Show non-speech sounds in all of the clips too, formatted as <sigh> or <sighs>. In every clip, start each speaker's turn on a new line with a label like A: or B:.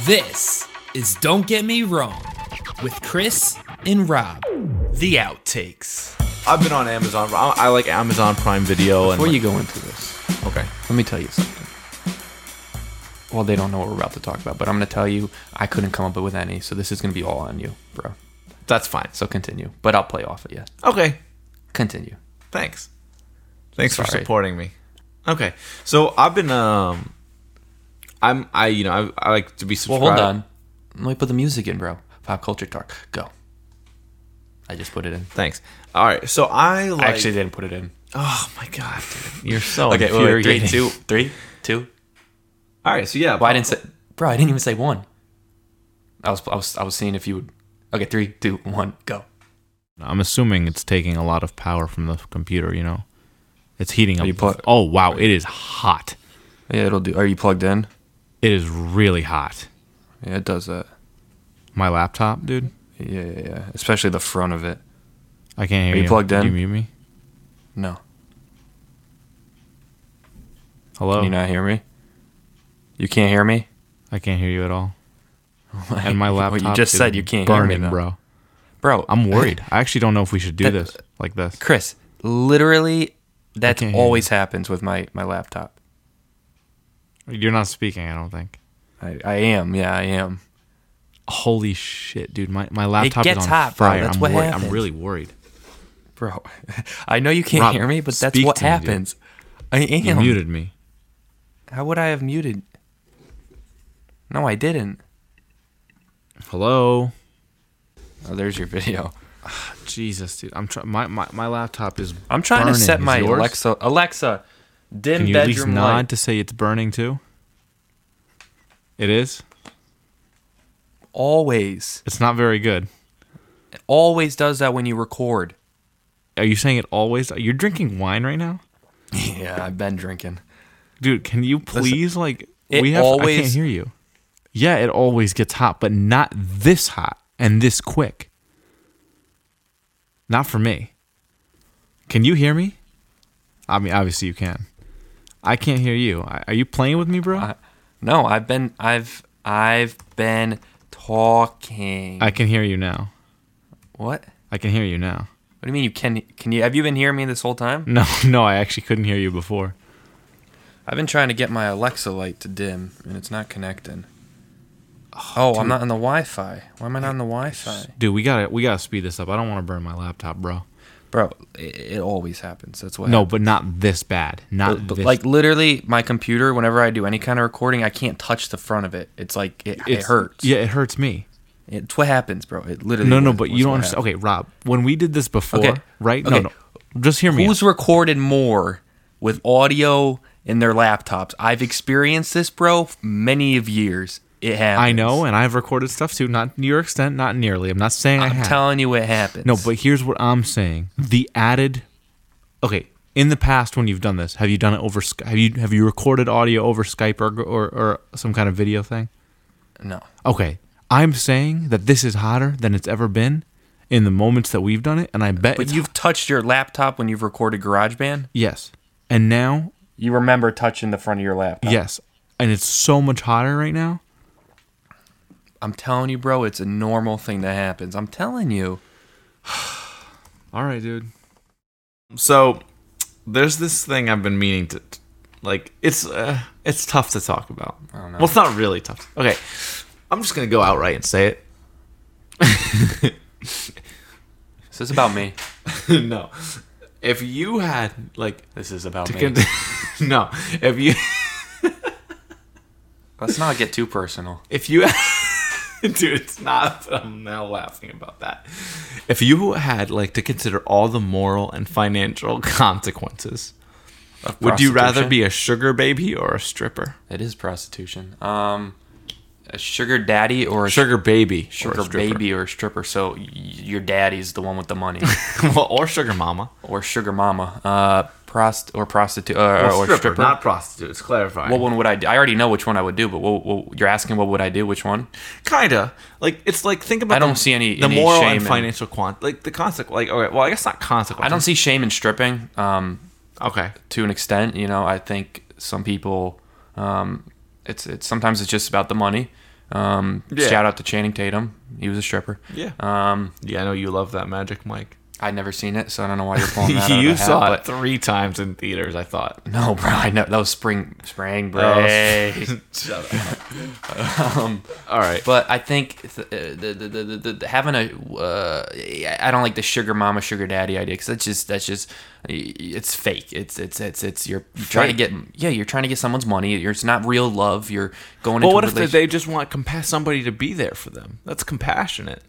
A: This is Don't Get Me Wrong with Chris and Rob. The outtakes.
B: I've been on Amazon. I, I like Amazon Prime Video.
C: Before
B: and
C: you go into this,
B: okay,
C: let me tell you something. Well, they don't know what we're about to talk about, but I'm going to tell you I couldn't come up with any, so this is going to be all on you, bro.
B: that's fine.
C: So continue, but I'll play off it. Yes,
B: Okay,
C: continue.
B: thanks, thanks for
C: Sorry.
B: supporting me. Okay, so I've been um, I'm I you know I, I like to be
C: Well,
B: subscribed.
C: hold on. Let me put the music in, bro. Pop culture talk. Go. I just put it in.
B: Thanks. All right, so I like.
C: I actually didn't put it in.
B: oh my god, dude, you're so
C: Okay, wait, wait,
B: infuriating.
C: three, two, three, two.
B: All right, so yeah,
C: Well, I didn't say, bro. I didn't even say one. I was, I was, I was seeing if you would. Okay, three, two, one, go.
D: I'm assuming it's taking a lot of power from the computer, you know? It's heating up.
C: you plug-
D: oh, wow. It is hot.
C: Yeah, it'll do. Are you plugged in?
D: It is really hot.
C: Yeah, it does that.
D: My laptop, dude.
C: Yeah, yeah, yeah. Especially the front of it.
D: I can't hear
C: Are you plugged
D: Did
C: in?
D: you mute me?
C: No.
D: Hello?
C: Can
D: Oh.
C: you not hear me? You can't hear me?
D: I can't hear you at <laughs> all. And my
C: What
D: laptop.
C: you just
D: is
C: said you can't hear me,
D: burning,
C: though.
D: bro.
C: Bro,
D: I'm <laughs> worried. I actually don't know if we should do
C: That-
D: this like this.
C: Chris, literally, that
D: can't hear
C: always happens with my, my laptop.
D: You're not speaking, I don't think.
C: I, I am. Yeah, I am.
D: Holy shit, dude. My, my laptop
C: gets
D: is on
C: hot, bro.
D: fire.
C: That's
D: I'm
C: what
D: worried.
C: happens.
D: I'm really worried.
C: Bro, <laughs> I know you can't
D: Rob,
C: hear me, but that's
D: speak
C: what
D: to me, dude.
C: happens. I am.
D: You muted me.
C: How would I have muted? No, I didn't.
D: Hello?
C: Oh, there's your video.
D: Jesus, dude. I'm trying. My, my, my laptop is.
C: I'm trying
D: burning.
C: to set
D: Is
C: my
D: yours?
C: Alexa. Alexa, dim
D: Can you at least
C: bedroom
D: nod
C: light.
D: to say it's burning too? It is.
C: Always,
D: It's not very good.
C: it always does that when you record. <laughs>
D: Are you saying it always? You're drinking wine right now,
C: Yeah, I've been drinking.
D: dude. Can you please like?
C: it
D: we have. I
C: always-
D: can't hear you. Yeah, it always gets hot, but not this hot and this quick. Not for me. Can you hear me? I mean, obviously you can. I can't hear you. I- Are you playing with me, bro?
C: I, no, I've been, I've, I've been talking.
D: I can hear you now.
C: what?
D: I can hear you now. <laughs>
C: What do you mean you can? Can you? Have you been hearing me this whole time?
D: No, no, I actually couldn't hear you before.
C: I've been trying to get my Alexa light to dim, and it's not connecting. Oh, I'm not on the Wi-Fi. Why am I not on the Wi-Fi,
D: Dude, we gotta we gotta speed this up. I don't want to burn my laptop, bro.
C: bro? It, it always happens. That's what.
D: No,
C: happens.
D: but not this bad. Not
C: But- but,
D: this.
C: like literally, my computer. Whenever I do any kind of recording, I can't touch the front of it. It's like it, it
D: It's-
C: hurts.
D: Yeah, it hurts me.
C: it's what happens, bro. It literally.
D: No, no,
C: was-
D: but you
C: was
D: don't
C: what
D: understand.
C: happened.
D: Okay, Rob, when we did this before,
C: Okay.
D: right? No,
C: Okay.
D: no. Just hear me. out.
C: Who's recorded more with audio in their laptops? I've experienced this, bro, many of years. It happens.
D: I know, and I've recorded stuff too. Not to your extent, not nearly. I'm not saying I
C: I'm
D: have.
C: telling you, it happens.
D: no, but here's what I'm saying: the added. Okay, in the past, when you've done this, have you done it over? Sky- Have you have you recorded audio over Skype or or, or some kind of video thing?
C: no.
D: Okay, I'm saying that this is hotter than it's ever been in the moments that we've done it, and I bet
C: But
D: it's
C: you've touched your laptop when you've recorded GarageBand.
D: yes, and now
C: You remember touching the front of your laptop.
D: yes, and it's so much hotter right now.
C: I'm telling you, bro, it's a normal thing that happens. I'm telling you.
D: All right, dude.
B: so there's this thing I've been meaning to, t- like it's uh, it's tough to talk about.
C: don't know.
B: Well, it's not really tough. Okay, I'm just gonna go outright and say it. <laughs>
C: This is about me.
B: no, if you had like
C: This is about
B: to
C: me.
B: con- <laughs> no, if you
C: Let's not get too personal.
B: if you <laughs> dude it's not but i'm now laughing about that if you had like to consider all the moral and financial <laughs> consequences
C: Of
B: would you rather
C: prostitution?
B: be a sugar baby or a stripper
C: It is prostitution. Um, a sugar daddy or a
B: sugar baby or
C: sugar
B: a stripper.
C: baby or a stripper. So y- your daddy's the one with the money,
D: <laughs>
B: well, or sugar mama
C: or sugar mama, uh, prost or prostitute uh, or, or stripper.
B: not prostitute it's clarifying
C: what one would I? Do? I already know which one I would do, but what, what, you're asking what would I do? Which one?
B: kinda like it's like think about
C: I don't
B: the,
C: see any-
B: the
C: any
B: moral
C: shame
B: and
C: in-
B: financial quant like the consequence like okay well i guess not consequence
C: I don't see shame in stripping. Um,
B: okay
C: to an extent, you know, I think some people, um, it's it's sometimes it's just about the money. Um,
D: Yeah.
C: Shout out to Channing Tatum. He was a stripper.
D: Yeah.
C: Um,
D: Uh, yeah, I know you love that Magic
C: <laughs>
D: Mike.
C: I'd never seen it, so I don't know why you're pulling that out.
D: <laughs> you
C: of the hat,
D: saw
C: but-
D: it three times in theaters, I thought.
C: <laughs> No, bro. I know that was spring spring
D: Oh.
C: break.
D: <laughs> Shut up. Um, All right.
C: but I think th- uh, the, the, the, the, the having a uh, I don't like the sugar mama sugar daddy idea because that's just that's just it's fake. It's it's it's it's you're, you're trying to get yeah you're trying to get someone's money. You're, it's not real love. You're going
D: But
C: into
D: what
C: a
D: if they-
C: relationship.
D: they just want compa- somebody to be there for them? That's compassionate.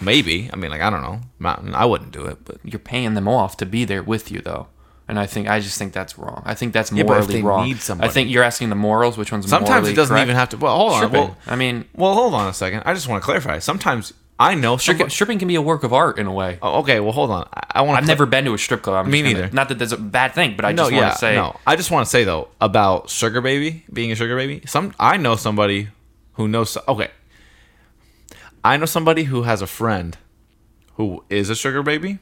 D: Maybe. I mean, like, I don't know. Mountain, I wouldn't do it, but.
C: you're paying them off to be there with you though. And I think I just think that's wrong. I think that's
D: Yeah,
C: morally
D: but if they
C: wrong.
D: need somebody-
C: I think you're asking the morals. Which one's
D: Sometimes
C: morally
D: it doesn't
C: correct?
D: even have to. Well, hold on.
C: Stripping.
D: Well,
C: I mean,
D: well, hold on a second. I just want to clarify. Sometimes I know.
C: stripping,
D: somebo-
C: stripping can be a work of art in a way.
D: Oh, okay, well, hold on. I, I want.
C: I've never been to a strip club. I'm
D: Me
C: just gonna-
D: neither.
C: Not that that's a bad thing, but I
D: No,
C: just want
D: yeah,
C: to say
D: no. I just want to say though about sugar baby being a sugar baby. Some I know somebody who knows. so- Okay, I know somebody who has a friend who is a sugar baby,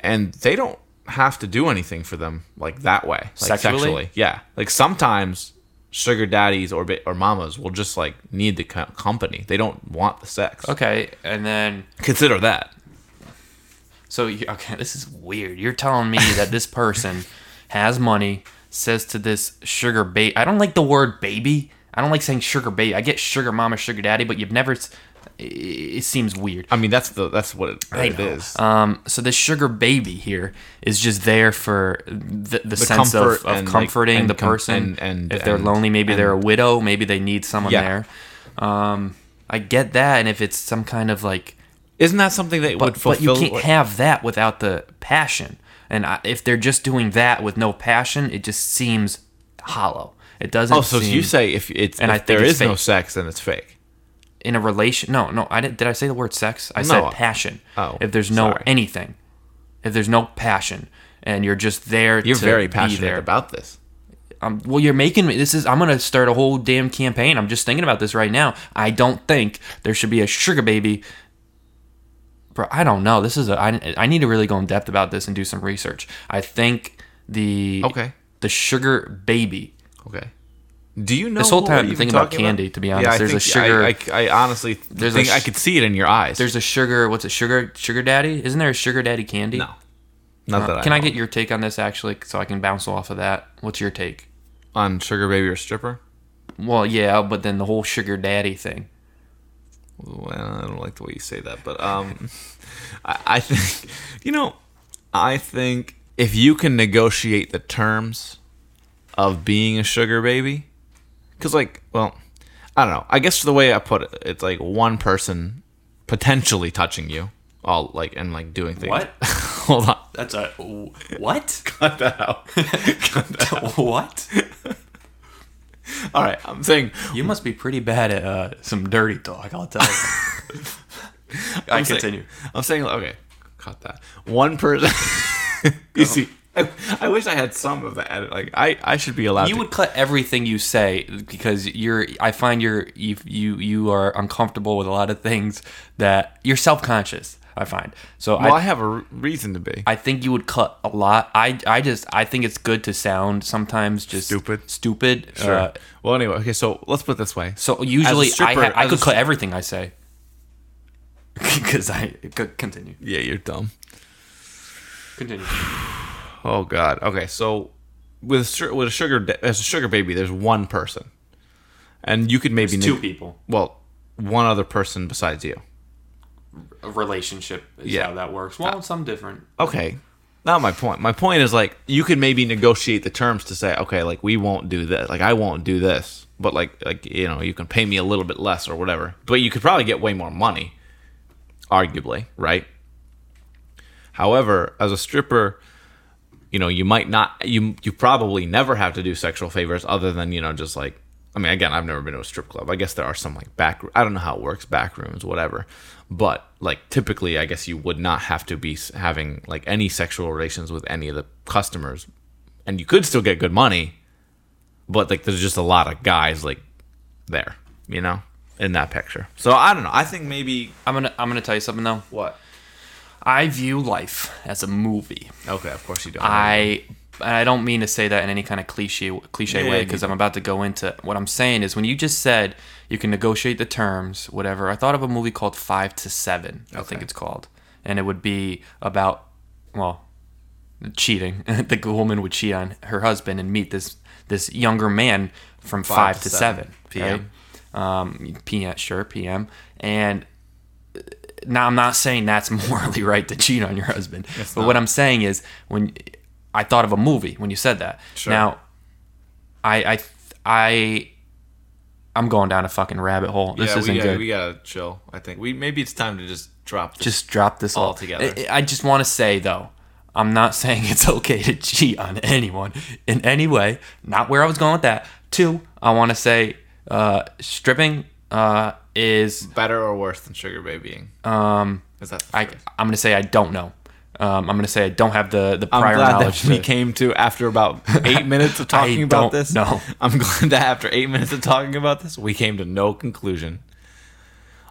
D: and they don't have to do anything for them like that way, like
C: Sexually?
D: Yeah, like sometimes sugar daddies or ba- or mamas will just like need the co- company. They don't want the sex.
C: okay, and then
D: Consider that.
C: so you, okay, <laughs> this is weird. You're telling me that
D: <laughs>
C: this person has money, says to this sugar baby. I don't like the word baby. I don't like saying sugar baby. I get sugar mama, sugar daddy, but you've never. s- It, it seems weird.
D: I mean, that's the that's what it,
C: I
D: it
C: know.
D: is.
C: Um, so this sugar baby here is just there for the, the, sense
D: comfort
C: of, of
D: and, like,
C: comforting
D: and
C: the
D: com-
C: person.
D: and- and-
C: if they're
D: and-
C: lonely, maybe
D: and-
C: they're a widow, maybe they need someone
D: Yeah.
C: there. Um, I get that, and if it's some kind of like,
D: Isn't that something that would
C: but, but
D: fulfill?
C: you can't have that without the passion. And I, if they're just doing that with no passion, it just seems hollow. It doesn't.
D: Oh, so
C: seem,
D: you say if it's
C: And
D: if
C: I think
D: there is
C: it's
D: no
C: fake.
D: sex, then it's fake.
C: in a relation? No, no. I didn't. Did I say the word sex? I
D: No.
C: said passion.
D: Oh,
C: if there's no
D: sorry.
C: anything, if there's no passion, and you're just there,
D: You're
C: to
D: very
C: be
D: passionate
C: there.
D: about this.
C: Um, well, you're making me. This is. I'm gonna start a whole damn campaign. I'm just thinking about this right now. I don't think there should be a sugar baby. Bro, I don't know. This is a. I, I need to really go in depth about this and do some research. I think the
D: Okay.
C: the sugar baby.
D: Okay. Do you know
C: This whole
D: who
C: time
D: we're
C: I'm
D: even
C: thinking about
D: talking
C: candy, to be honest.
D: I
C: There's a
D: think- I- I, I honestly
C: There's a
D: think
C: sh-
D: I could see it in your eyes.
C: There's a sugar. What's it? Sugar sugar daddy? Isn't there a sugar daddy candy?
D: no. Not that I
C: Uh, Can I
D: know
C: get
D: of.
C: your take on this actually, so I can bounce off of that? What's your take?
D: on sugar baby or stripper?
C: Well, yeah, but then the whole sugar daddy thing.
D: Well, I don't like the way you say that, but um, I, I think you know, I think if you can negotiate the terms of being a sugar baby, because like, well, I don't know. I guess the way I put it, it's like one person potentially touching you, all like and like doing things.
C: What?
D: <laughs> Hold on.
C: That's a what? <laughs>
D: Cut that out. Cut that out.
C: what?
D: All right, I'm saying
C: You must be pretty bad at uh, some dirty talk. I'll tell you.
D: <laughs>
C: I
D: I'm saying-
C: continue.
D: I'm saying okay, cut that. One <laughs> person. you see, I, I wish I had some of that. edit. Like I, I should be allowed.
C: You
D: to.
C: would cut everything you say because you're. I find you're you you, you are uncomfortable with a lot of things that you're self conscious. I find so.
D: Well,
C: I,
D: I have a re- reason to be.
C: I think you would cut a lot. I I just I think it's good to sound sometimes just
D: Stupid.
C: stupid.
D: Sure.
C: Uh,
D: well, anyway, okay. So let's put it this way.
C: so usually
D: stripper-
C: I ha- I
D: as a
C: could
D: stri-
C: cut everything I say <laughs> because I could continue
D: yeah, you're dumb.
C: continue.
D: Oh God. Okay, so with a str- with a sugar da- as a sugar baby, there's one person, and you could maybe
C: Two
D: neg-
C: people,
D: Well, one other person besides you.
C: a relationship is
D: Yeah.
C: how that works. Well, some different.
D: Okay. Not my point. My point is like you can maybe negotiate the terms to say, okay, like we won't do this, like I won't do this, but like like you know you can pay me a little bit less or whatever, but you could probably get way more money, arguably, right? However, as a stripper, you know you might not you you probably never have to do sexual favors other than you know just like I mean again I've never been to a strip club I guess there are some like back I don't know how it works back rooms whatever but like typically I guess you would not have to be s- having like any sexual relations with any of the customers and you could still get good money but like there's just a lot of guys like there you know in that picture so I don't know I think maybe
C: I'm gonna I'm gonna tell you something though.
D: what
C: I view life as a movie.
D: okay of course you don't
C: I I don't mean to say that in any kind of cliche cliche way
B: yeah,
C: because I'm about to go into what I'm saying is when you just said you can negotiate the terms, whatever. I thought of a movie called Five to Seven. I think it's called, and it would be about well, cheating. <laughs> the woman would cheat on her husband and meet this this younger man from five, to seven,
B: PM.
C: right? Um, PM, sure, PM, and now I'm not saying that's <laughs> morally right to cheat on your husband, but what I'm saying is when I thought of a movie when you said that. Now, I I I I'm going down a fucking rabbit hole. This
B: yeah,
C: isn't
B: we gotta,
C: good.
B: we gotta chill. I think we maybe it's time to just drop. This.
C: just drop this all
B: together.
C: I, I just want to say though, I'm not <laughs> saying it's okay to cheat on anyone in any way. Not where I was going with that. Two, I want to say uh, stripping uh, is
B: better or worse than sugar babying.
C: um,
B: Is that the
C: I
B: phrase?
C: I'm gonna say I don't know. Um, I'm gonna say I don't have the the prior
B: I'm glad
C: knowledge.
B: that we
C: to-
B: came to after about
C: <laughs>
B: eight minutes of talking
C: I
B: about
C: don't
B: this.
C: know.
B: <laughs> I'm glad that after eight minutes of talking about this, we came to no conclusion.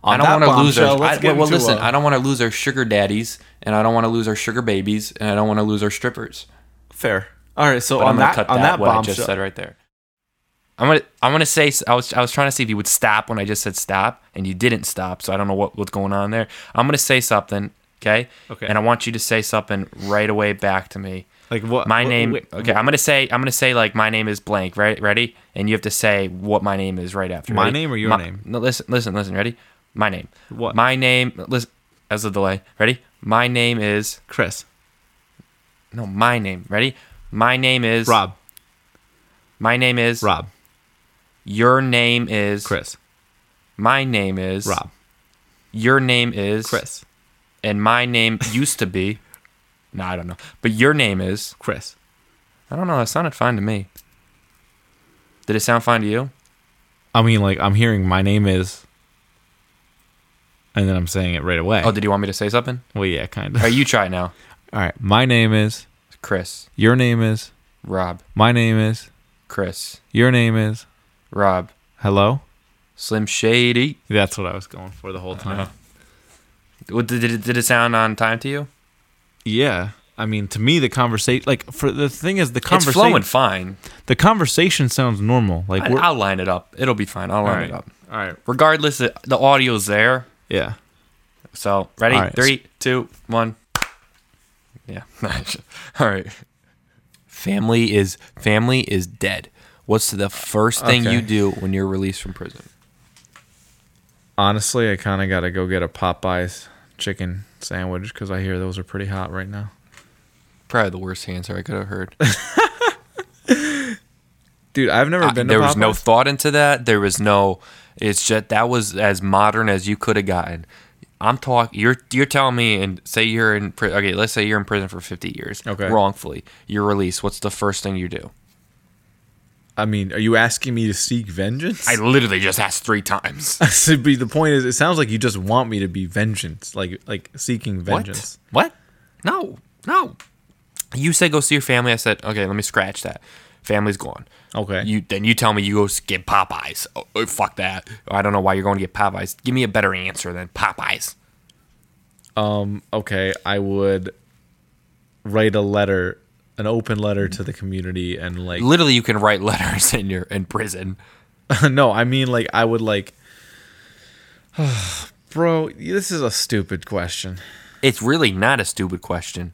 C: I
B: On
C: don't
B: that
C: want to lose
B: bombshell,
C: our.
B: let's
C: I,
B: get
C: well, well,
B: into,
C: listen,
B: uh,
C: I don't want to lose our sugar daddies, and I don't want to lose our sugar babies, and I don't want to lose our strippers.
B: fair. All right, so
C: But I'm
B: on
C: gonna
B: that,
C: cut
B: on
C: that,
B: that
C: what
B: bombshell,
C: I just said right there. I'm gonna I'm gonna say s- I was I was trying to see if you would stop when I just said stop, and you didn't stop, so I don't know what, what's going on there. I'm gonna say something, okay?
B: Okay.
C: And I want you to say something right away back to me.
B: like what
C: My
B: what-
C: name.
B: wait,
C: okay, I'm gonna say. I'm gonna say like my name is blank. Right? Ready? And you have to say what my name is right after.
D: My
C: Ready?
D: name or your
C: My-
D: name?
C: No, listen, listen, listen. Ready? My name.
D: What?
C: My name. Listen. As a delay. Ready? My name is
D: Chris,
C: no. My name. Ready? My name is
D: Rob,
C: My name is
D: Rob,
C: Your name is
D: Chris,
C: My name is
D: Rob,
C: Your name is
D: Chris,
C: And my name used to be. No, I don't know. But your name is.
D: Chris.
C: I don't know. That sounded fine to me. Did it sound fine to you?
D: I mean, like I'm hearing my name is, and then I'm saying it right away.
C: Oh, did you want me to say something?
D: well, yeah, kind
C: All
D: of.
C: right, you try it now.
D: All right, my name is,
C: Chris,
D: your name is,
C: Rob,
D: my name is,
C: Chris,
D: your name is.
C: Rob,
D: Hello.
C: Slim Shady.
D: That's what I was going for the whole time.
C: What- Did it, did it sound on time to you?
D: Yeah. I mean, to me, the conversation, like, for the thing is, the
C: It's flowing
D: conversation,
C: fine.
D: the conversation sounds normal. Like,
C: I,
D: we're,
C: I'll line it up. It'll be fine. I'll line it up.
D: all right,
C: Regardless, the the audio's there.
D: yeah.
C: So ready?
D: All right.
C: Three, two, one. Yeah. <laughs> All right. Family is family is dead. What's the first thing
D: Okay.
C: you do when you're released from prison?
D: Honestly, I kind of got to go get a Popeyes chicken sandwich because I hear those are pretty hot right now.
C: Probably the worst answer I could have heard.
D: Dude, I've never
C: I-
D: been to
C: Uh, there was no
D: Popeyes.
C: thought into that. There was no. It's just that was as modern as you could have gotten. I'm talking. You're you're telling me, and say you're in. pri- Okay, let's say you're in prison for 50 years.
D: Okay.
C: Wrongfully, you're released. What's the first thing you do?
D: I mean, are you asking me to seek vengeance? <laughs>
C: I literally just asked three times.
D: Should be the point is, it sounds like you just want me to be vengeance, like like seeking vengeance.
C: <laughs> What? What? No, no. You said go see your family. I said, okay, let me scratch that. Family's gone.
D: Okay.
C: You then you tell me you go s- get Popeyes. Oh, oh, fuck that. I don't know why you're going to get Popeyes. Give me a better answer than Popeyes.
D: Um. Okay, I would write a letter, an open letter to the community, and like
C: Literally, you can write <laughs> letters in your in prison.
D: <laughs> no, I mean like I would like. <sighs> Bro, this is a stupid question.
C: It's really not a stupid question.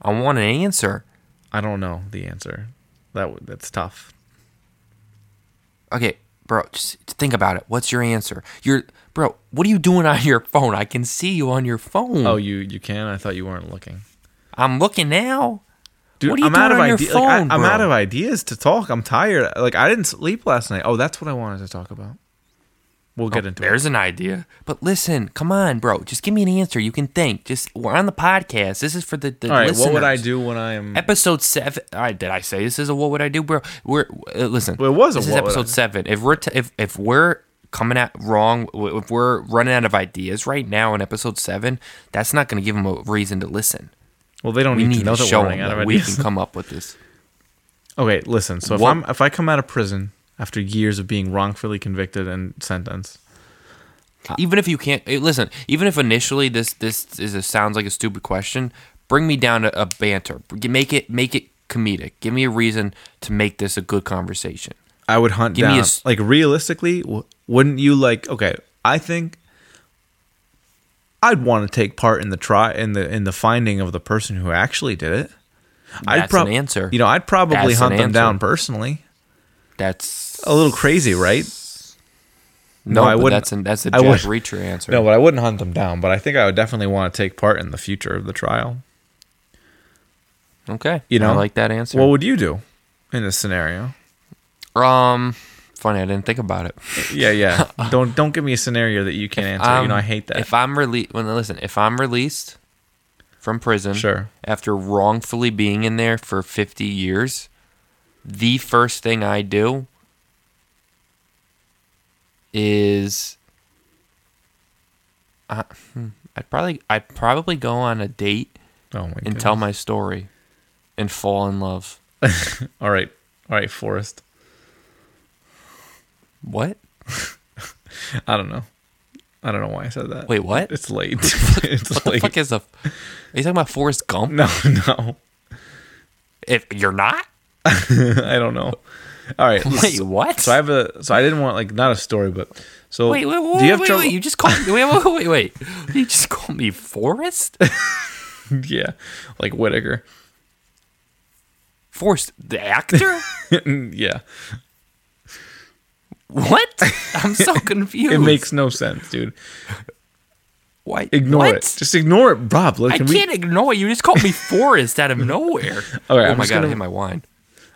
C: I want an answer.
D: I don't know the answer. That w- that's tough.
C: Okay, bro, just think about it. What's your answer? You're bro. What are you doing on your phone? I can see you on your phone.
D: Oh, you you can? I thought you weren't looking.
C: I'm looking now.
D: Dude,
C: What are you
D: I'm
C: doing
D: out of
C: on your
D: idea- like, I,
C: phone,
D: I'm
C: bro?
D: out of ideas to talk. I'm tired. Like I didn't sleep last night. Oh, that's what I wanted to talk about. We'll get into
C: Oh, There's
D: it.
C: an idea. But listen, come on, bro. Just give me an answer. You can think. Just we're on the podcast. This is for the, the
D: All right, what would I
C: listeners.
D: do when I am?
C: Episode seven. All right, did I say this is a what would I do, bro? We're uh, listen.
D: Well, it was a
C: this
D: what would
C: is
D: I
C: episode
D: do.
C: seven. If we're t- if if we're coming at wrong, w- if we're running out of ideas right now in episode seven, that's not going to give them a reason to listen.
D: Well, they don't
C: We
D: need,
C: need
D: to know
C: to
D: that
C: show
D: we're running
C: them
D: out of
C: that we
D: ideas.
C: can come up with this.
D: Okay, listen. So if
C: What-
D: I'm if I come out of prison after years of being wrongfully convicted and sentenced,
C: even if you can't eh, listen even if initially this this is a, sounds like a stupid question bring me down to a banter G- make it make it comedic. Give me a reason to make this a good conversation.
D: I would hunt
C: Give me
D: down.
C: a s-
D: like realistically, w- wouldn't you like? Okay, I think I'd want to take part in the try in the in the finding of the person who actually did it.
C: That's an answer.
D: You know, I'd probably
C: That's an
D: hunt them
C: answer.
D: down personally.
C: That's
D: A little crazy, right?
C: no,
D: Oh, I
C: but
D: wouldn't-
C: That's an, that's a
D: I
C: Jack
D: would-
C: Reacher answer.
D: No, but I wouldn't hunt them down. But I think I would definitely want to take part in the future of the trial.
C: okay,
D: You know,
C: I like that answer.
D: What would you do in this scenario?
C: um, funny, I didn't think about it.
D: Yeah,
C: <laughs>
D: yeah. don't don't give me a scenario that you can't answer. you
C: Um,
D: know, I hate that.
C: If I'm released, well, listen, if I'm released from prison,
D: Sure.
C: after wrongfully being in there for 50 years, the first thing I do is I, hmm, I'd probably I'd probably go on a date
D: oh my
C: and
D: god.
C: tell my story and fall in love.
D: <laughs> all right, all right, Forrest.
C: What?
D: I don't know. I don't know why I said that.
C: Wait,
D: <laughs>
C: <laughs> what?
D: It's late. it's
C: What the
D: late.
C: fuck is a? Are you talking about Forrest
D: <laughs>
C: Gump?
D: no, no. <laughs>
C: If you're not,
D: I don't know. All right.
C: <laughs> wait, what?
D: So I have a. So I didn't want like not a story, but so
C: Wait, wait, wait,
D: do you have
C: wait,
D: trouble?
C: wait, you just called me, wait, wait, wait, wait, wait. You just called me Forrest?
D: <laughs> yeah, like Whitaker.
C: Forrest, the actor?
D: <laughs> yeah,
C: what? I'm so
D: <laughs>
C: confused.
D: it makes no sense, dude.
C: Why,
D: Ignore
C: what?
D: it. Just ignore it, Rob. Like,
C: I
D: can we-
C: can't ignore you. You just called me Forrest out
D: <laughs>
C: of nowhere.
D: All right,
C: oh
D: I'm
C: my
D: just
C: god,
D: gonna-
C: I hit my wine.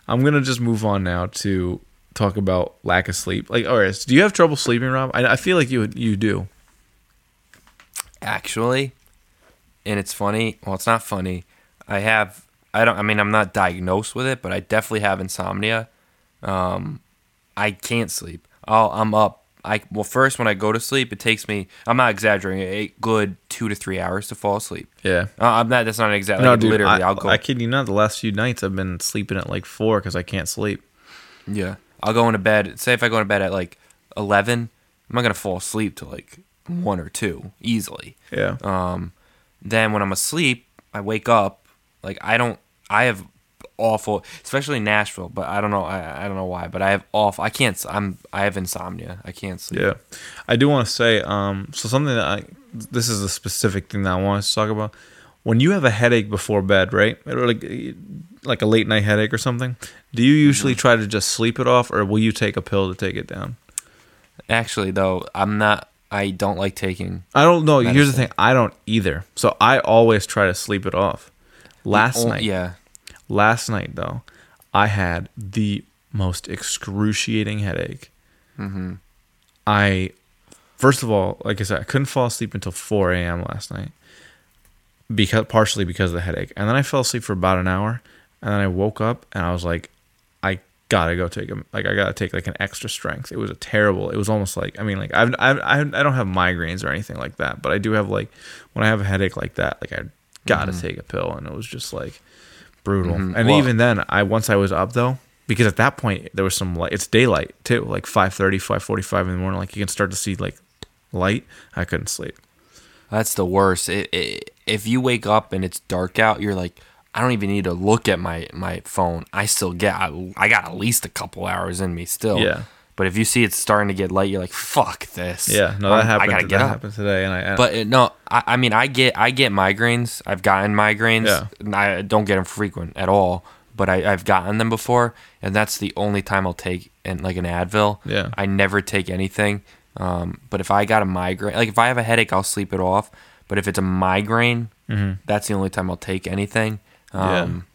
D: I'm gonna just move on now to talk about lack of sleep. Like, all right, so do you have trouble sleeping, Rob? I, I feel like you you do.
C: Actually, and it's funny. Well, it's not funny. I have. I don't. I mean, I'm not diagnosed with it, but I definitely have insomnia. Um, I can't sleep. Oh, I'm up. I well, first when I go to sleep, it takes me. I'm not exaggerating. A good two to three hours to fall asleep.
D: Yeah.
C: Uh, I'm not. That's not exactly.
D: no,
C: like,
D: dude.
C: literally,
D: I,
C: will go.
D: I kid you not. The last few nights I've been sleeping at like four because I can't sleep.
C: yeah, I'll go into bed. Say if I go into bed at like eleven, I'm not gonna fall asleep to like one or two easily.
D: Yeah.
C: Um, then when I'm asleep, I wake up. Like I don't. I have awful, especially Nashville. But I don't know. I, I don't know why. But I have awful. I can't. s- I'm. I have insomnia. I can't sleep.
D: Yeah, I do want to say. Um, so something that I this is a specific thing that I want us to talk about. When you have a headache before bed, right, or like like a late night headache or something, do you
C: Mm-hmm.
D: usually try to just sleep it off, or will you take a pill to take it down?
C: Actually, though, I'm not. I don't like taking.
D: I don't know. Here's the thing: I don't either. So I always try to sleep it off. Last
C: Oh,
D: night,
C: Yeah.
D: last night though, I had the most excruciating headache. I, first of all, like I said, I couldn't fall asleep until 4 a.m. last night, because partially because of the headache, and then I fell asleep for about an hour, and then I woke up and I was like, I gotta go take a like I gotta take like an extra strength. It was a terrible. It was almost like I mean like I've, I've, I've I don't have migraines or anything like that, but I do have like when I have a headache like that, like I gotta take a pill, and it was just like brutal. And
C: Well-
D: even then, I once I was up though. Because at that point there was some light. It's daylight too, like 5:30, 5:45 in the morning. Like you can start to see like light. I couldn't sleep.
C: That's the worst. It, it, if you wake up and it's dark out, you're like, I don't even need to look at my, my phone. I still get, I, I got at least a couple hours in me still.
D: Yeah.
C: But if you see it's starting to get light, you're like, fuck this.
D: Yeah, no, that
C: I'm-
D: happened.
C: I gotta
D: that
C: get up.
D: happened today, and I.
C: But uh, no, I, I mean, I get, I get migraines. I've gotten migraines.
D: Yeah.
C: And I don't get them frequent at all, but I, I've gotten them before, and that's the only time I'll take and like an Advil.
D: Yeah.
C: I never take anything. Um, but if I got a migraine, like if I have a headache, I'll sleep it off. But if it's a migraine, that's the only time I'll take anything.
D: Mm-hmm. Yeah.
C: Um,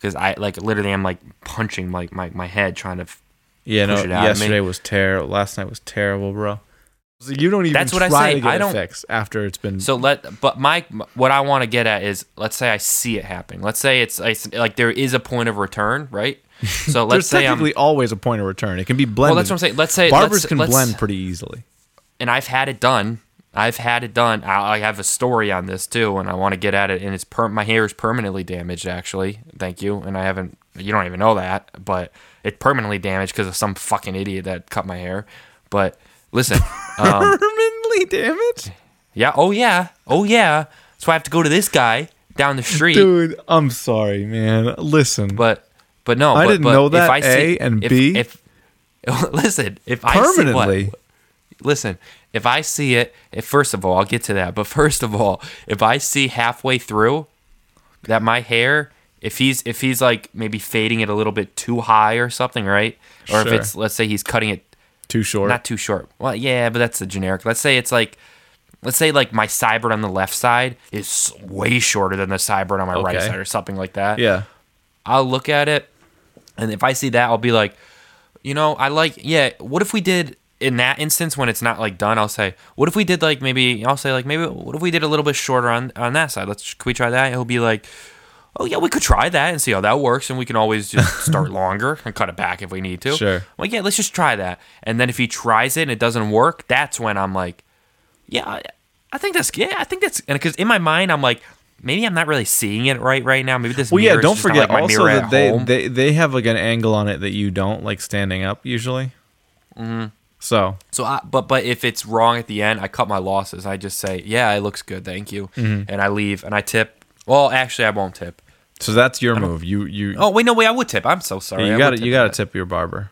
C: Because I like literally, I'm like punching like my, my head trying to. f-
D: Yeah, no.
C: push it out of me.
D: Yesterday was terrible. Last night was terrible, bro. So you don't even
C: That's what I
D: try
C: say,
D: to get
C: I
D: it
C: don't-
D: fixed after it's been.
C: So let, but my what I want to get at is, let's say I see it happening. Let's say it's, it's like there is a point of return,
D: <laughs>
C: right? So
D: there's
C: let's say I'm
D: technically always a point of return. It can be blended.
C: what I'm saying. Let's say-
D: barbers
C: let's-
D: can
C: let's-
D: blend pretty easily.
C: and I've had it done. I've had it done. I, I have a story on this too, and I want to get at it. And it's per- my hair is permanently damaged, actually. Thank you. And I haven't. You don't even know that, but it permanently damaged because of some fucking idiot that cut my hair. But
D: <laughs>
C: listen, <laughs> um,
D: Permanently damaged.
C: yeah. Oh yeah. Oh yeah. That's why I have to go to this guy down the street.
D: Dude, I'm sorry, man. Listen,
C: But but no,
D: I
C: but,
D: didn't
C: but
D: know
C: if
D: that,
C: I
D: A
C: see-
D: and
C: if-
D: B.
C: If, <laughs> listen, if I see what-
D: permanently.
C: listen, if I see it, if first of all, I'll get to that. But <laughs> first of all, if I see halfway through that my hair, if he's if he's like maybe fading it a little bit too high or something, right? Or if
D: Sure.
C: it's let's say he's cutting it
D: Too short.
C: not too short. Well, yeah, but that's the generic. Let's say it's like, let's say like my cyber on the left side is way shorter than the cyber on my right
D: Okay.
C: side or something like that.
D: yeah.
C: I'll look at it, and if I see that, I'll be like, you know, I like, yeah. What if we did in that instance when it's not like done? I'll say, what if we did like maybe? I'll say like maybe what if we did a little bit shorter on on that side? Let's can we try that? He'll be like. Oh yeah, we could try that and see how that works, and we can always just start longer and cut it back if we need to.
D: Sure.
C: I'm like, yeah, let's just try that. And then if he tries it and it doesn't work, that's when I'm like, yeah, I, I think that's yeah, I think that's and because in my mind I'm like, maybe I'm not really seeing it right right now. Maybe this
D: Well, yeah.
C: mirror is
D: Don't
C: just not
D: forget
C: like my
D: also
C: mirror
D: that
C: at
D: they,
C: home.
D: they they have like an angle on it that you don't like standing up usually.
C: Mm-hmm.
D: So
C: So, I, but but if it's wrong at the end, I cut my losses. I just say, yeah, it looks good, thank you,
D: Mm-hmm.
C: and I leave and I tip. Well, actually, I won't tip.
D: so that's your move. You you
C: Oh wait, no wait, I would tip. I'm so sorry. I
D: you
C: would
D: got to
C: tip
D: you got
C: that.
D: to tip your barber.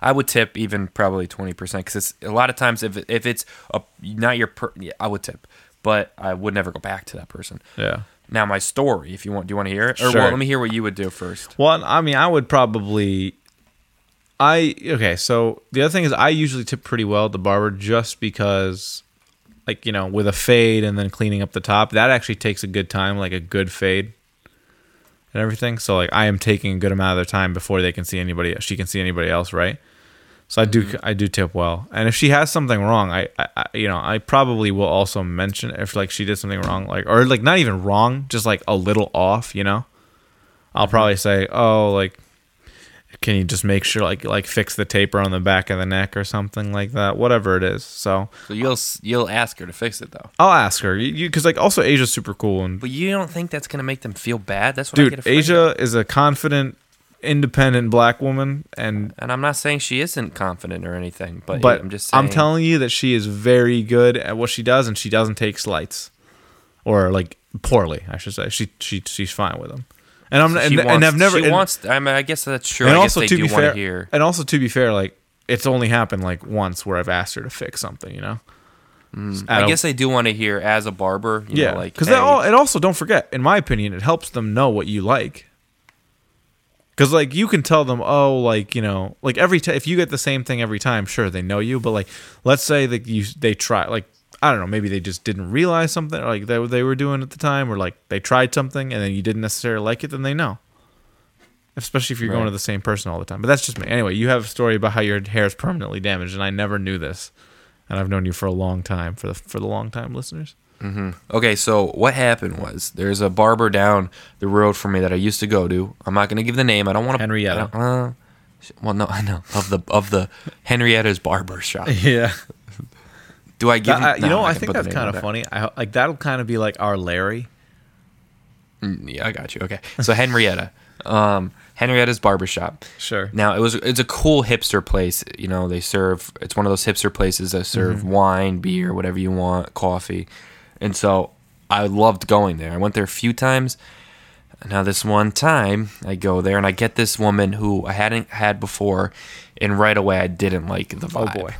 C: I would tip even probably twenty percent because it's a lot of times if if it's a, not your per, yeah, I would tip, but I would never go back to that person.
D: Yeah.
C: Now my story, if you want, do you want to hear it? Or
D: Sure.
C: well, let me hear what you would do first.
D: Well, I mean, I would probably. I okay. So the other thing is, I usually tip pretty well at the barber just because, like you know, with a fade and then cleaning up the top, that actually takes a good time, like a good fade, and everything. So like, I am taking a good amount of their time before they can see anybody. She can see anybody else, right? So I do, I do tip well. And if she has something wrong, I, I, I- you know, I probably will also mention if like she did something wrong, like or like not even wrong, just like a little off, you know. I'll probably say, "Oh, like, can you just make sure, like, like fix the taper on the back of the neck or something like that, whatever it is." So
C: So you'll s- you'll ask her to fix it though.
D: I'll ask her, you because like also Asia's super cool and
C: But you don't think that's gonna make them feel bad? That's what I get.
D: dude,
C: afraid of.
D: Asia is a confident, independent black woman, and
C: And I'm not saying she isn't confident or anything, but,
D: but
C: I'm just saying.
D: telling you that she is very good at what she does, and she doesn't take slights, or like poorly, I should say. She she she's fine with them, and I'm and,
C: she wants,
D: and I've never
C: She
D: and-
C: wants. I mean, I guess that's true.
D: and
C: I
D: also
C: guess
D: to
C: they
D: be
C: do want
D: fair,
C: to hear.
D: and also to be fair, like it's only happened like once where I've asked her to fix something, you know.
C: Mm. I guess they do want to hear as a barber. You
D: yeah,
C: know, like
D: because
C: hey,
D: all it also don't forget, in my opinion, it helps them know what you like. Because like you can tell them, oh, like you know, like every time if you get the same thing every time, sure they know you. But like, let's say that you they try like I don't know, maybe they just didn't realize something or like they they were doing at the time, or like they tried something and then you didn't necessarily like it, then they know. Especially if you're going
C: Right.
D: to the same person all the time. But that's just me. Anyway, you have a story about how your hair is permanently damaged, and I never knew this. And I've known you for a long time for the for the long time
C: <laughs>
D: listeners.
C: Okay, so what happened was there's a barber down the road from me that I used to go to. I'm not going to give the name. I don't want to
D: Henrietta.
C: Uh, well, no, <laughs> I know of the of the Henrietta's
D: <laughs>
C: barber shop.
D: Yeah.
C: Do I give?
D: That- I-
C: no,
D: you know, I
C: I'm not gonna
D: think
C: put the
D: that's
C: name
D: kind
C: out
D: of
C: there.
D: funny. I, ho- like that'll kind of be like our Larry.
C: Yeah, I got you. Okay, so
D: <laughs>
C: Henrietta, um, Henrietta's barbershop.
D: Sure.
C: Now it was it's a cool hipster place. You know, they serve it's one of those hipster places that serve
D: Mm-hmm.
C: wine, beer, whatever you want, coffee, and so I loved going there. I went there a few times. Now this one time I go there and I get this woman who I hadn't had before, and right away I didn't like the vibe.
D: Oh, boy.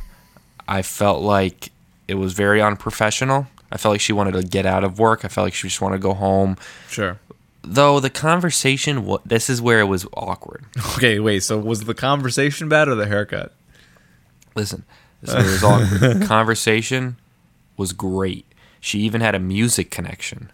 C: I felt like it was very unprofessional. I felt like she wanted to get out of work. I felt like she just wanted to go home.
D: Sure.
C: Though the conversation, wa- this is where it was awkward.
D: Okay, wait. So was the conversation bad or the haircut?
C: Listen, this
D: <laughs>
C: was awkward. Conversation was great. She even had a music connection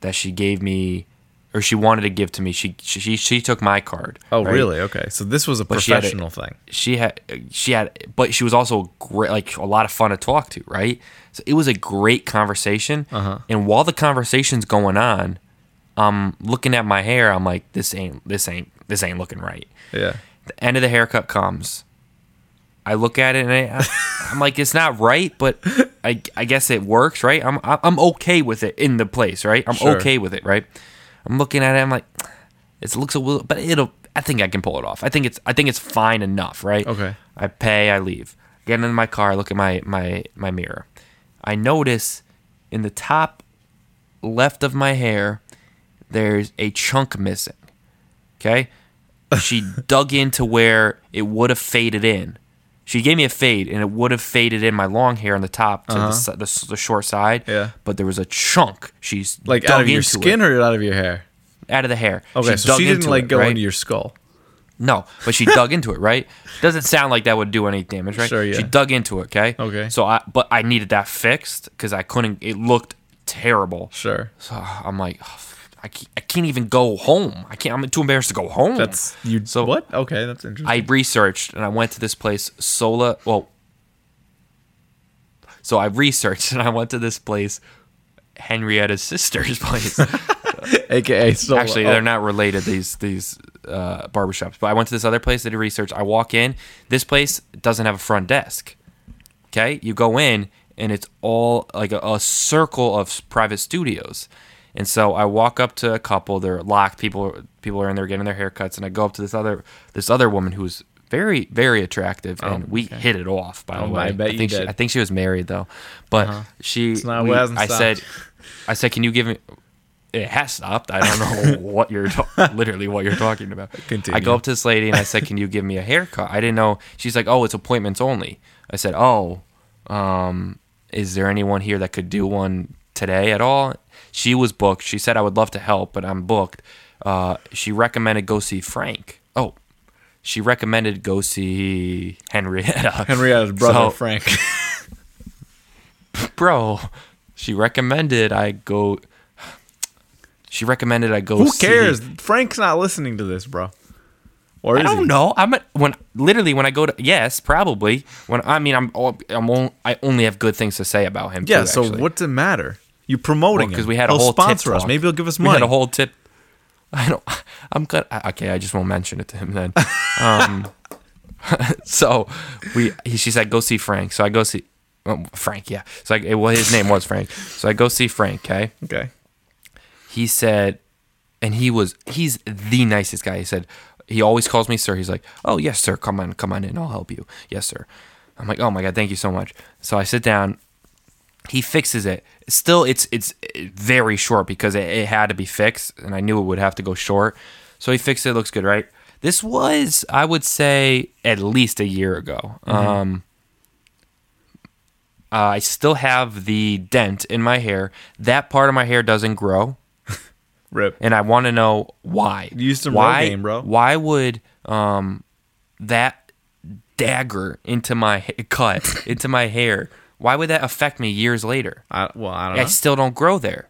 C: that she gave me, or she wanted to give to me. She she she took my card.
D: Oh,
C: right?
D: really? Okay. So this was a
C: But she had it-
D: professional thing.
C: She had she had, but she was also great, like a lot of fun to talk to. Right. So it was a great conversation.
D: Uh-huh.
C: And while the conversation's going on, I'm looking at my hair. I'm like, this ain't this ain't this ain't looking right
D: Yeah.
C: the end of the haircut comes. I look at it and I, I'm like, it's not right, but I, I guess it works, right? I'm I'm okay with it in the place, right? I'm
D: Sure.
C: okay with it, right? I'm looking at it. I'm like, it looks a little, but it'll. I think I can pull it off. I think it's I think it's fine enough, right?
D: Okay.
C: I pay. I leave. Get in my car. I look at my my my mirror. I notice in the top left of my hair there's a chunk missing. Okay?
D: <laughs>
C: She dug into where it would have faded in. She gave me a fade, and it would have faded in my long hair on the top to the s the, s the short side.
D: Uh-huh. Yeah.
C: but there was a chunk. She's
D: Like
C: dug
D: out of your
C: into
D: skin
C: it,
D: or out of your hair?
C: out of the hair.
D: Okay, so
C: dug
D: she didn't
C: into
D: like
C: it,
D: go
C: right?
D: into your skull.
C: No, but she dug into it, right? Doesn't sound like that would do any damage, right?
D: Sure, yeah.
C: She dug into it, okay?
D: Okay.
C: So I, but I needed that fixed because I couldn't. It looked terrible.
D: Sure.
C: So I'm like, "Oh, f- I can't, I can't even go home. I can't. I'm too embarrassed to go home.
D: That's you.
C: So-
D: what? Okay, that's interesting.
C: I researched and I went to this place, Sola. Well, so I researched <laughs> and I went to this place, Henrietta's sister's <laughs> place.
D: AKA so
C: Actually, they're not related. These these uh, barbershops. But I went to this other place. Did research. I walk in. This place doesn't have a front desk. Okay, you go in and it's all like a, a circle of s- private studios. And so I walk up to a couple. They're locked. People people are in there getting their haircuts. And I go up to this other this other woman who's very very attractive. And we hit it off. By the
D: Oh,
C: way,
D: I bet you
C: think she,
D: did. Uh-huh.
C: I think she was married though. But she
D: not- it
C: we-
D: hasn't
C: I said
D: stopped.
C: I said, can you give me? It has stopped.
D: <laughs>
C: I don't know what you're ta- literally what you're talking about.
D: Continue.
C: I go up to this lady and I said, "Can you give me a haircut?" I didn't know. She's like, "Oh, it's appointments only." I said, "Oh, um, is there anyone here that could do one today at all?" She was booked. She said, "I would love to help, but I'm booked." Uh, she recommended go see Frank. Oh, she recommended go see
D: <laughs>
C: Henrietta. <laughs>
D: Henrietta's brother
C: So-
D: Frank.
C: bro. She recommended I go. She recommended I go.
D: Who
C: see-
D: cares? Frank's not listening to this, bro. Or is
C: I don't
D: he?
C: know. I'm a, when literally when I go to yes, probably when I mean I'm all- I'm only, I only have good things to say about him.
D: Yeah.
C: too,
D: so
C: actually.
D: what's it matter? You promoting
C: because
D: him.
C: we had a
D: He'll
C: whole tip
D: Oh, sponsor us.
C: talk.
D: Maybe he'll give us
C: We
D: money.
C: had a whole tip. <laughs> I don't. I'm good. I- Okay, I just won't mention it to him then. Um, <laughs> so we. He, she said, "Go see Frank." So I go see oh, Frank. Yeah. So I, it, well, his name was Frank. So I go see Frank. Okay.
D: okay.
C: he said, and he was he's the nicest guy. He said he always calls me sir. He's like, oh yes sir, come on, come on in, I'll help you. Yes sir. I'm like, oh my god, thank you so much. So I sit down. He fixes it. Still, it's it's very short because it, it had to be fixed, and I knew it would have to go short. So he fixed it. Looks good, right? This was, I would say, at least a year ago. Um, uh, I still have the dent in my hair. That part of my hair doesn't grow
D: Rip.
C: and I want to know why.
D: Use some
C: why,
D: Rogaine, bro.
C: Why would um that dagger into my ha- cut into my hair? Why would that affect me years later?
D: I, well, I don't
C: I
D: know.
C: still don't grow there,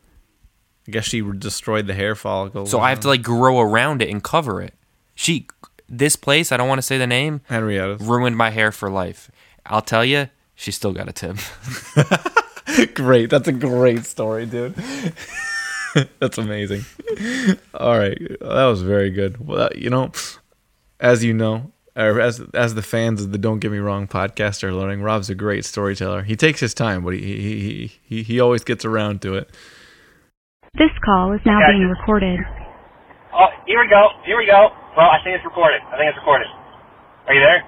D: I guess she destroyed the hair follicle.
C: so I have to like grow around it and cover it. She, this place, I don't want to say the name,
D: Henrietta's. <laughs>
C: ruined my hair for life. I'll tell you, she still got a tip. <laughs>
D: great. That's a great story, dude. <laughs> That's amazing. All right, that was very good. Well, that- you know, as you know, or as as the fans of the Don't Get Me Wrong podcast are learning, Rob's a great storyteller. He takes his time, but he he he he, he always gets around to it.
E: This call is now
F: Okay.
E: being recorded.
F: Oh, here we go. Here we go. Well, I think it's recorded. I think it's recorded. Are you there?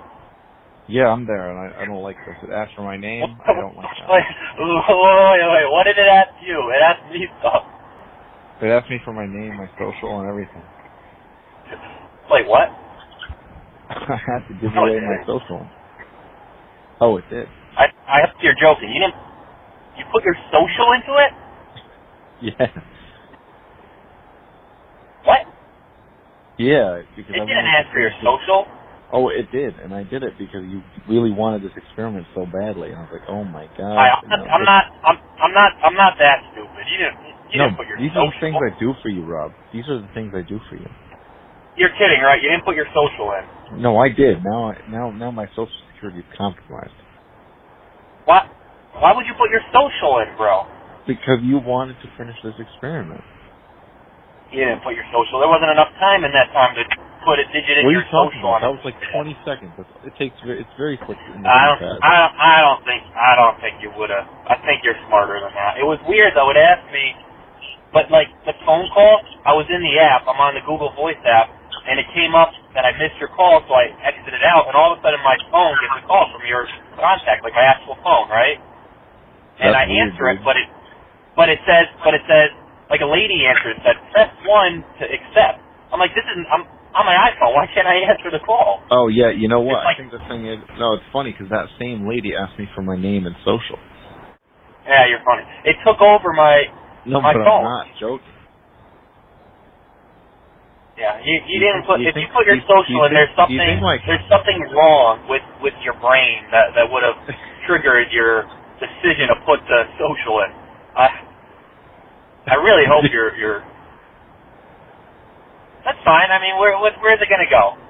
G: Yeah, I'm there, and I, I don't like this. It asked for my name. I don't
F: <laughs>
G: like
F: wait,
G: that.
F: wait, wait. What did it ask you? It asked me stuff.
G: It asked me for my name, my social, and everything. <laughs>
F: Wait, what?
G: I had to give
F: Oh, it
G: away my
F: did.
G: social. Oh, it did. <laughs>
F: I I hope you're joking. You didn't. You put your social into it?
G: Yeah,
F: What?
G: yeah. Because
F: It
G: I
F: didn't
G: wanted-
F: ask for your social.
G: Oh, it did, and I did it because you really wanted this experiment so badly, and I was like, oh my god.
F: I,
G: you
F: I'm,
G: know,
F: I'm
G: this-
F: not. I'm I'm not. I'm not that stupid. You didn't. You
G: No,
F: didn't put your
G: these are
F: social.
G: the things I do for you, Rob. These are the things I do for you.
F: You're kidding, right? You didn't put your social in.
G: No, I did. Now, I, now, now, my social security is compromised
F: Why? Why would you put your social in, bro?
G: because you wanted to finish this experiment.
F: You didn't put your social. There wasn't enough time in that time to put a digit in
G: What are
F: your
G: you talking
F: social.
G: about? That
F: on
G: was like 20 seconds. That's, it takes. ve- It's very quick. In the
F: I don't,
G: keypad.
F: I don't, I don't think, I don't think you would have. I think you're smarter than that. It was weird though. It asked me, but like the phone call, I was in the app. I'm on the Google Voice app, and it came up that I missed your call, so I exited out, and all of a sudden my phone gets a call from your contact, like my actual phone, right? And I
G: That's weird,
F: answer it,
G: dude.
F: but it, but it says, but it says, like a lady answered said, press one to accept. I'm like, this isn't. I'm on my iPhone. Why can't I answer the call?
G: Oh yeah, you know what?
F: It's like-
G: I think the thing is, no, it's funny because that same lady asked me for my name and social.
F: Yeah, you're funny. It took over my.
G: No,
F: My
G: but
F: phone.
G: I'm not joking.
F: Yeah, you, you
G: You
F: didn't put
G: think- you
F: if you
G: think-
F: put your
G: you-
F: social
G: you
F: in there's
G: think- you
F: something
G: think, like-
F: there's something wrong with with your brain that that would
G: <laughs>
F: have triggered your decision to put the social in. I I really
G: <laughs>
F: hope you're you're. That's fine. I mean, where what, where's it gonna go?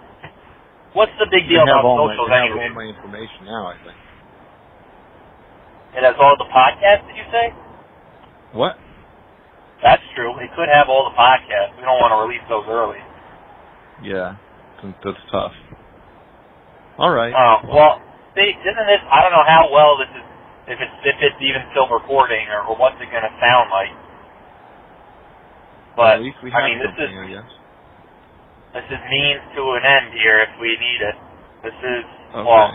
F: What's the big
G: They
F: deal about
G: have all my,
F: socials
G: they have
F: anyway?
G: all my information now. I think.
F: It has all the podcasts. Did you say?
G: What?
F: That's true. It could have all the podcasts. We don't want to release those early.
G: Yeah, Think that's tough. All right.
F: Oh well, see, isn't this? I don't know how well this is. If it's if it's even still recording or, or what's it going to sound like. But
G: At least we
F: I
G: have
F: mean, this
G: something,
F: is
G: I guess.
F: this is means to an end here if we need it. This is
G: Okay.
F: well,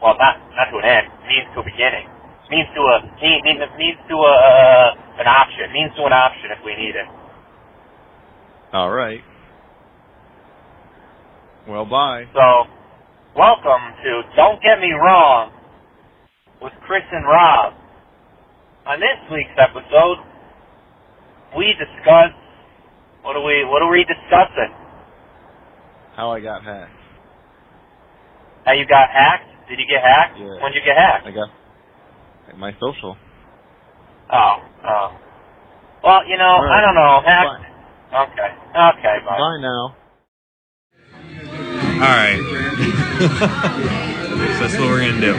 F: well not not to an end. Means to a beginning. Means to a means means to a uh, an option. Means to an option if we need it.
G: All right. Well, bye.
F: So, welcome to Don't Get Me Wrong with Chris and Rob. On this week's episode, we discuss what are we what are we discussing?
G: How I got hacked.
F: How you got hacked? Did you get hacked?
G: Yeah.
F: When did you get hacked?
G: I got my social.
F: Oh, oh. Well, you know, Oh, I
G: Alright.
F: don't know. Hacked.
G: Bye.
F: Okay. Okay, bye.
G: Bye now.
H: All right. <laughs> so that's what we're gonna do.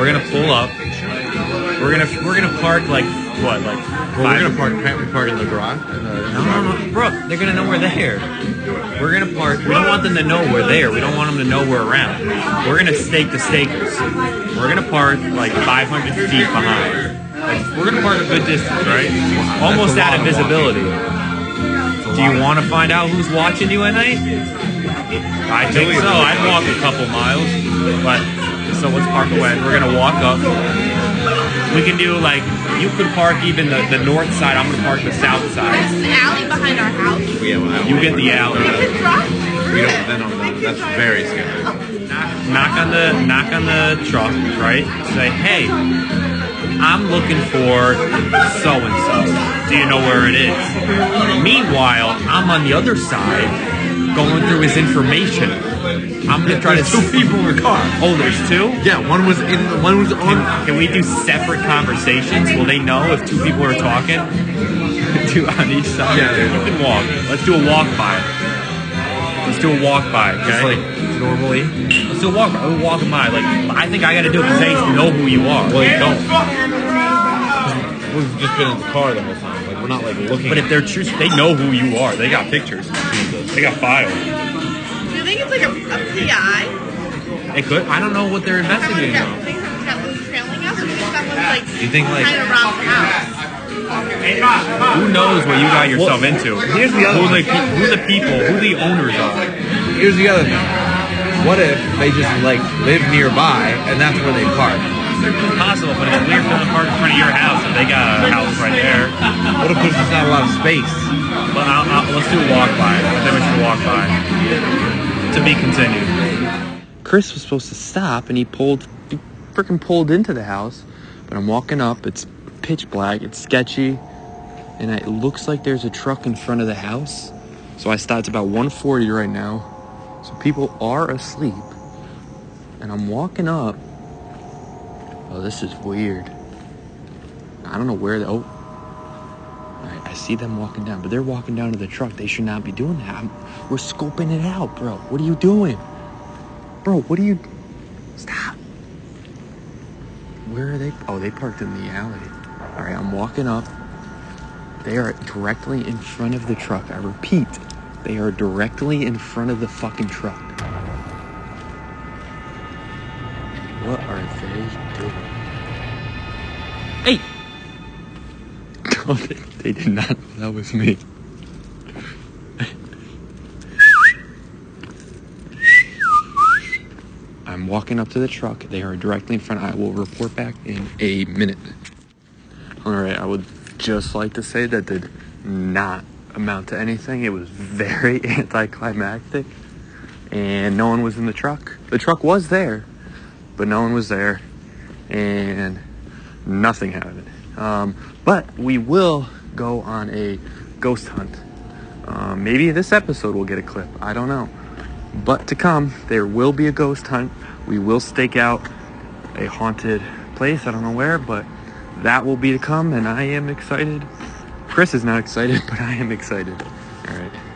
H: We're gonna pull up. We're gonna we're gonna park like what like.
I: Well, we're
H: five-
I: gonna park. Can't we park in the garage? In the,
H: No, no, no, Brooke. They're gonna know we're there. We're gonna park. We don't want them to know we're there. We don't want them to know we're around. We're gonna stake the stakers. We're gonna park like 500 feet behind. Like, we're gonna park a good distance, right? Almost
I: That's a lot of
H: out of visibility. Do you want to find out who's watching you at night? I think so. I'd walk a couple miles, but so let's park away. We're gonna walk up. We can do like you could park even the, the north side. I'm gonna park the south side.
J: There's an alley behind our house.
I: Yeah, well, I don't
H: You
I: think
H: get the
I: we're-
H: alley.
J: We could drive through
I: We don't.
J: it.
I: Then on
J: We
I: the,
J: could
I: that's
J: drive
I: very
J: through
I: scary.
J: it.
H: knock on the knock on the truck, right? Say, hey, I'm looking for so and so. Do you know where it is? Meanwhile, I'm on the other side going through his information. I'm gonna try to
I: There's two people in the car.
H: Oh, there's two?
I: Yeah, one was in. The, one was on.
H: Can, can we do separate conversations? Will they know if two people are talking? <laughs> two on each side.
I: Yeah, they will.
H: we can walk. Let's do a walk by. Let's do a walk by. Okay?
I: Just like
H: normally. Let's do a walk by. We'll walk by. Like I think I got to do it because they know who you are. Well, you don't.
I: We've just been in the car the whole time. Like we're not like looking.
H: But if they're true, they know who you are. They got pictures. They got files.
J: Do you think it's like a, a PI?
H: It could. I don't know what they're
J: Someone
H: investigating.
J: that,
H: on.
J: think that was trailing us, or do you think someone's like
I: You think, like-
J: kind of around the house?
H: Who knows what you got yourself into?
I: here's the other
H: who
I: thing.
H: the, who the people, who the owners are.
I: Here's the other thing. What if they just like live nearby and that's where they park?
H: possible, but it's weird feeling park in front of your house. If they got a house right there,
I: What if there's just not a lot of space?
H: but I'll, I'll, let's do a walk by. I think we should walk by. To be continued.
A: Chris was supposed to stop and he pulled, he freaking pulled into the house. But I'm walking up, it's pitch black, it's sketchy, and it looks like there's a truck in front of the house. So I stopped, it's about 140 right now. So people are asleep. And I'm walking up. Oh, this is weird. I don't know where the, oh. I- I see them walking down, but they're walking down to the truck. They should not be doing that. I'm- we're scoping it out, bro. What are you doing? Bro, what are you? Stop. Where are they? Oh, they parked in the alley. All right, I'm walking up. They are directly in front of the truck. I repeat, they are directly in front of the fucking truck. What are they doing? Hey! No, they, they did not. know That was me. I'm walking up to the truck. They are directly in front. I will report back in a minute. All right, I will
G: just like to say that did not amount to anything. It was very <laughs> anticlimactic, and no one was in the truck. The truck was there, but no one was there, and nothing happened. Um, but we will go on a ghost hunt. Uh, maybe this episode will get a clip. I don't know. But to come, there will be a ghost hunt. We will stake out a haunted place. I don't know where, but that will be to come, and I am excited. Chris is not excited, but I am excited. All right.